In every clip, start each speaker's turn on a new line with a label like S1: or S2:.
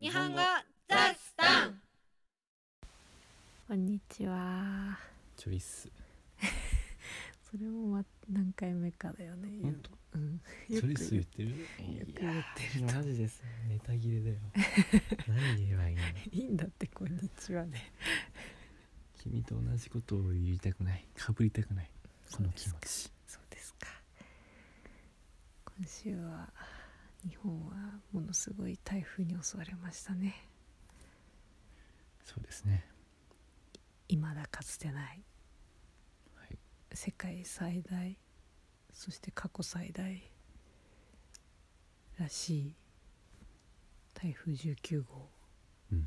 S1: 日本語ザスタン
S2: こんにちは。
S3: チョイス
S2: それもま何回目かだよね。言う
S3: 本
S2: のうん。
S3: チ
S2: よく
S3: ョイス言ってる
S2: よく
S3: い
S2: 言
S3: や
S2: ってると
S3: マジですネタ 切れだよ何言えばいいの
S2: いいんだってこんにちはね。
S3: 君と同じことを言いたくないかぶりたくないこの気持ち
S2: そうですか。今週は日本はものすごい台風に襲われましたね。
S3: そうですね
S2: 未だかつてない
S3: はい
S2: 世界最大そして過去最大らしい台風19号、
S3: うん
S2: い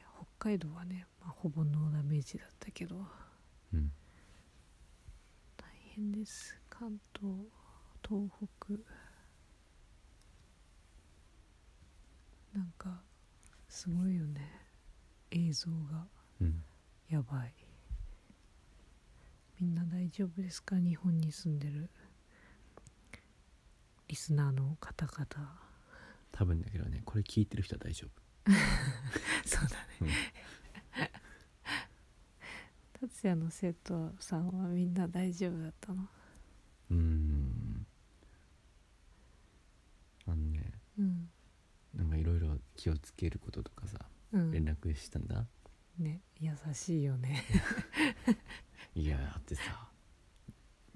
S2: や北海道はね、まあ、ほぼノーダメージだったけど
S3: うん
S2: 大変です関東東北なんかすごいよね映像が。
S3: うん
S2: やばいみんな大丈夫ですか日本に住んでるリスナーの方々
S3: 多分だけどねこれ聞いてる人は大丈
S2: そうだ
S3: 夫、うん、
S2: 達也の生徒さんはみんな大丈夫だったの
S3: うーんあのね
S2: うん
S3: なんかいろいろ気をつけることとかさ
S2: うん
S3: 連絡したんだ、
S2: ね優しいよね
S3: いやだってさ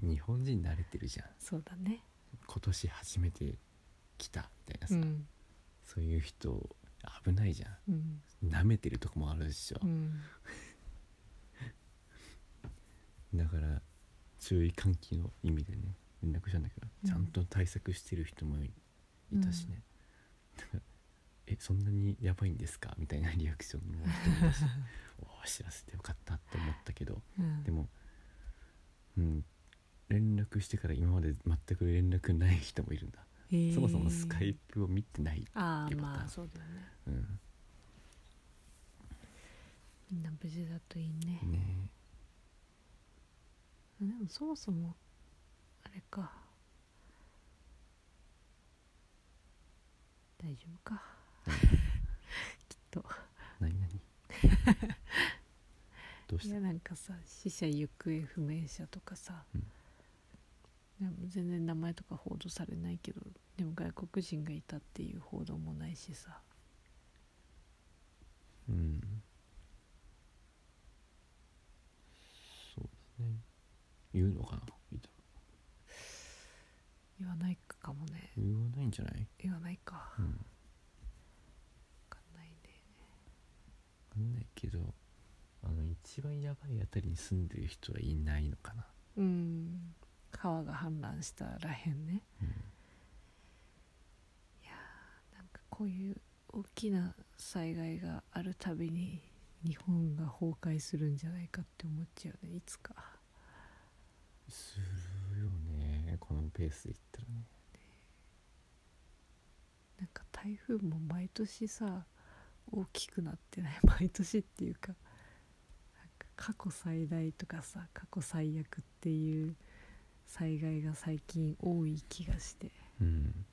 S3: 日本人慣れてるじゃん
S2: そうだね
S3: 今年初めて来たみたいな
S2: う
S3: さ、
S2: ん
S3: そういう人危ないじゃ
S2: うん
S3: ん舐めてるとこもあるでしょ
S2: う、ん
S3: だから注意喚起の意味でね連絡したんだけど、
S2: うん
S3: ちゃんと対策してる人もいたしね、だからえそんなにやばいんですかみたいなリアクションも人もい たしおー知らせてよかったって思ったけど
S2: うん
S3: でもうん連絡してから今まで全く連絡ない人もいるんだ、
S2: へー
S3: そもそもスカイプを見てない、
S2: ああ
S3: よかった
S2: まあそうだね
S3: うん、
S2: みんな無事だといいね
S3: ね
S2: でもそもそもあれか大丈夫か
S3: え何何 どうし
S2: い
S3: た
S2: やなんかさ死者行方不明者とかさ、
S3: うん
S2: でも全然名前とか報道されないけどでも外国人がいたっていう報道もないしさ
S3: うんそうですね言うのかな
S2: 言わないかもね
S3: 言わないんじゃない
S2: 言わないか
S3: うんわ
S2: 分かんないね
S3: かんないけどあの一番やばいあたりに住んでる人はいないのかな
S2: うん川が氾濫したらへんね
S3: うん
S2: なんかこういう大きな災害があるたびに日本が崩壊するんじゃないかって思っちゃうねいつか
S3: するよねこのペースでいったらね
S2: なんか台風も毎年さ大きくなってない 毎年っていうかなんか過去最大とかさ過去最悪っていう災害が最近多い気がして
S3: うん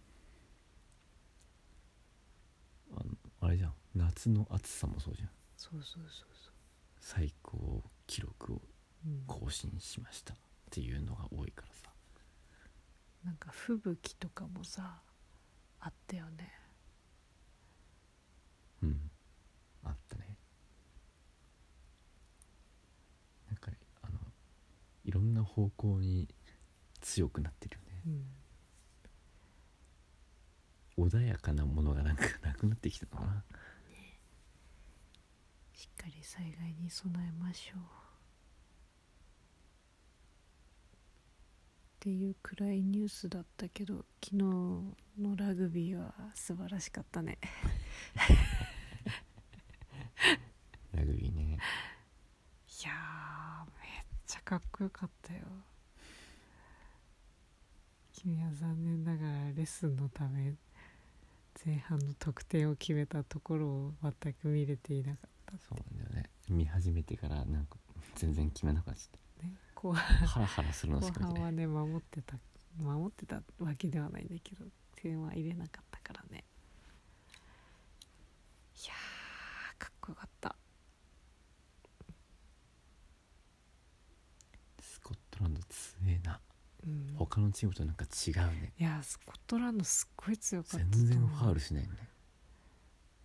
S3: あのあれじゃん夏の暑さもそうじゃん
S2: そうそうそうそ
S3: 最高記録を
S2: う、うん、
S3: 更新しましたっていうのが多いからさ
S2: なんか吹雪とかもさあったよね
S3: うんあったねなんかあのいろんな方向に強くなってるよね
S2: うん
S3: 穏やかなものがなんかなくなってきたのかな
S2: しっかり災害に備えましょうっていう暗いニュースだったけど昨日のラグビーは素晴らしかったね
S3: ラグビーね
S2: いやーめっちゃかっこよかったよ君は残念ながらレッスンのため前半の得点を決めたところを全く見れていなかったって
S3: そうなんだよね見始めてからなんか全然決めなかった
S2: ね後半
S3: ハラハラするの
S2: 後
S3: しか見
S2: 半
S3: てな
S2: はいね守ってた守ってたわけではないんだけど点は入れなかったからね
S3: 他のチームとなんか違うね
S2: いやスコットランドすっごい強かった
S3: 全
S2: と思う
S3: 然ファールしないね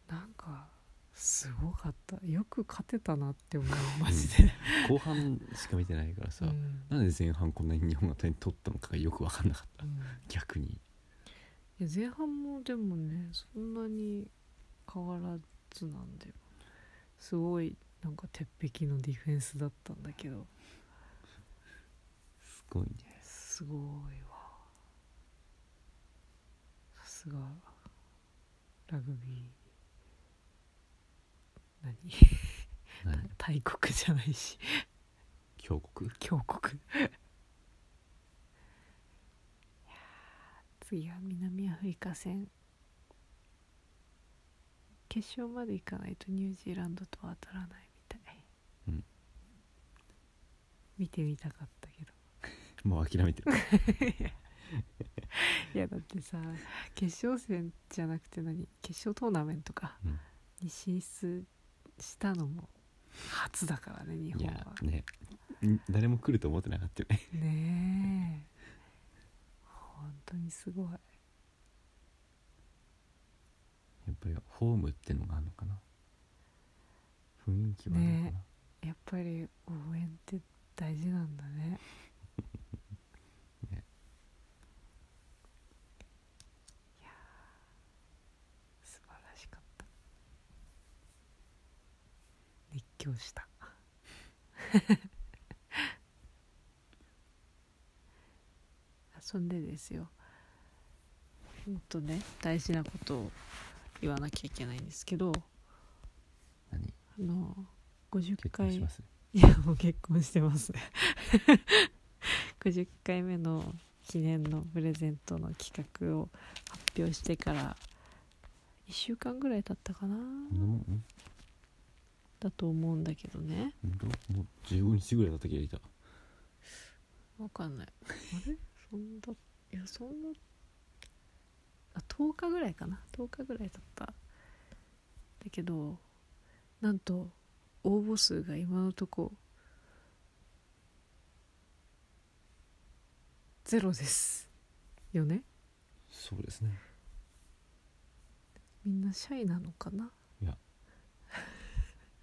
S2: なんかすごかったよく勝てたなって思う マジで、
S3: 後半しか見てないからさ、
S2: うん
S3: なんで前半こんなに日本が点取ったのかがよく分かんなかった
S2: うん
S3: 逆に
S2: いや前半もでもねそんなに変わらずなんだよすごいなんか鉄壁のディフェンスだったんだけど
S3: すごいね
S2: すごいわさすがラグビー何
S3: 何
S2: 大国じゃないし
S3: 強国
S2: 強国い やー次は南アフリカ戦決勝まで行かないとニュージーランドとは当たらないみたい、
S3: うん
S2: 見てみたかったけど
S3: もう諦めてる
S2: いやだってさ決勝戦じゃなくて何決勝トーナメントか
S3: うん
S2: に進出したのも初だからね日
S3: い
S2: 本
S3: や
S2: は
S3: ねん誰も来ると思ってなかったよね
S2: ねえ本当にすごい
S3: やっぱりホームってのがあるのかな雰囲気はあるのかな、
S2: ねやっぱり応援って大事なんだ ね
S3: ね
S2: いやー素晴らしかった熱狂した遊んでですよもっとね大事なことを言わなきゃいけないんですけど
S3: 何
S2: あの50
S3: 結婚し
S2: 回
S3: ます
S2: いやもう結婚してます 50回目の記念のプレゼントの企画を発表してから1週間ぐらい経ったかな
S3: こんなもんうん
S2: だと思うんだけどね
S3: 本当もう15日ぐらいだったけどいた
S2: わかんない あれそんないやそんなあ10日ぐらいかな10日ぐらい経っただけどなんと応募数が今のとこゼロですよね
S3: そうですね
S2: みんなシャイなのかな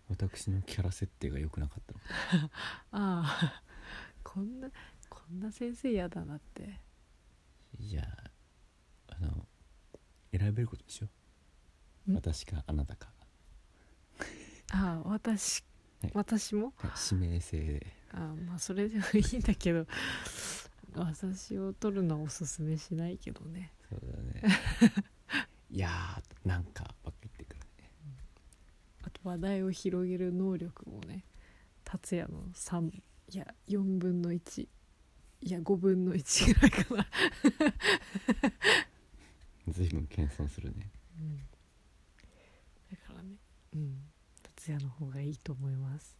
S3: 私のキャラ設定が良くなかったのか
S2: ああこんなこんな先生嫌だなって
S3: いやあの選べることでしょ
S2: ん
S3: 私かあなたか、
S2: ああ私
S3: はい
S2: 私も
S3: はい指名制で
S2: あまあそれでもいいんだけど私を取るのはおすすめしないけどね
S3: そう だねいやーなんかばっか言ってくるね
S2: あと話題を広げる能力もね達也の3いや4分の1いや5分の1ぐらいかな、
S3: 随分謙遜するね
S2: だからねうん達也の方がいいと思います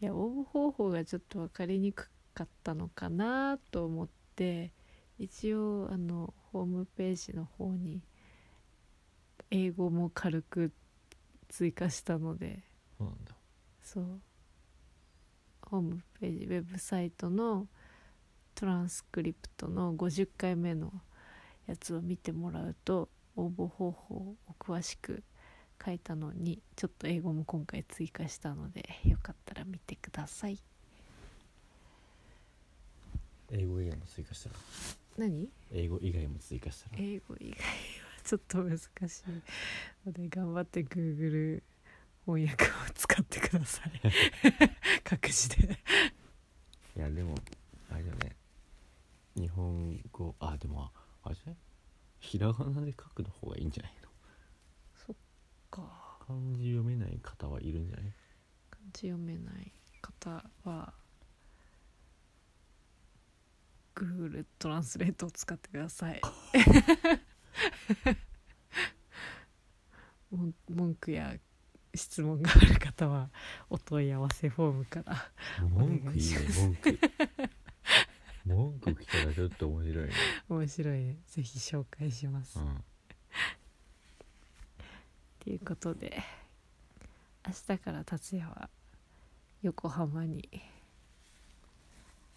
S2: いや応募方法がちょっと分かりにくかったのかなと思って一応あのホームページの方に英語も軽く追加したので
S3: そうなんだ
S2: そうホームページウェブサイトのトランスクリプトの50回目のやつを見てもらうと応募方法を詳しく書いたのにちょっと英語も今回追加したのでよかったら見てください
S3: 英語以外も追加したら
S2: 何
S3: 英語以外も追加したら
S2: 英語以外はちょっと難しいので頑張って Google 翻訳を使ってください各自で
S3: いやでもあれだよね日本語あでもあれじゃないひらがなで書くの方がいいんじゃないの
S2: か
S3: 漢字読めない方はいるんじゃない
S2: 漢字読めない方は Google トランスレートを使ってください もん文句や質問がある方はお問い合わせフォームから
S3: 文句
S2: お願い
S3: いい
S2: し
S3: ね
S2: ま
S3: 文句文句来たらちょっと面白いね
S2: 面白いねぜひ紹介します、
S3: う
S2: っ
S3: ん
S2: ていうことで明日から達也は横浜に、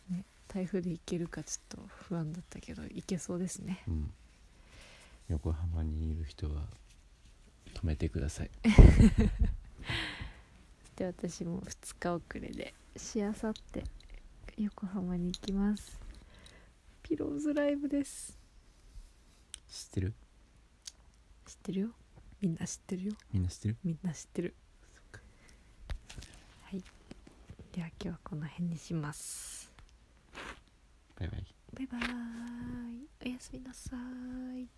S2: ね、台風で行けるかちょっと不安だったけど行けそうですね
S3: うん、横浜にいる人は止めてください
S2: で私も2日遅れでしあさって横浜に行きますピローズライブです
S3: 知ってる
S2: 知ってるよみんな知ってるよ
S3: みんな知ってる
S2: みんな知ってる
S3: か
S2: はいでは今日はこの辺にします
S3: バイバイ
S2: バイバーイおやすみなさーい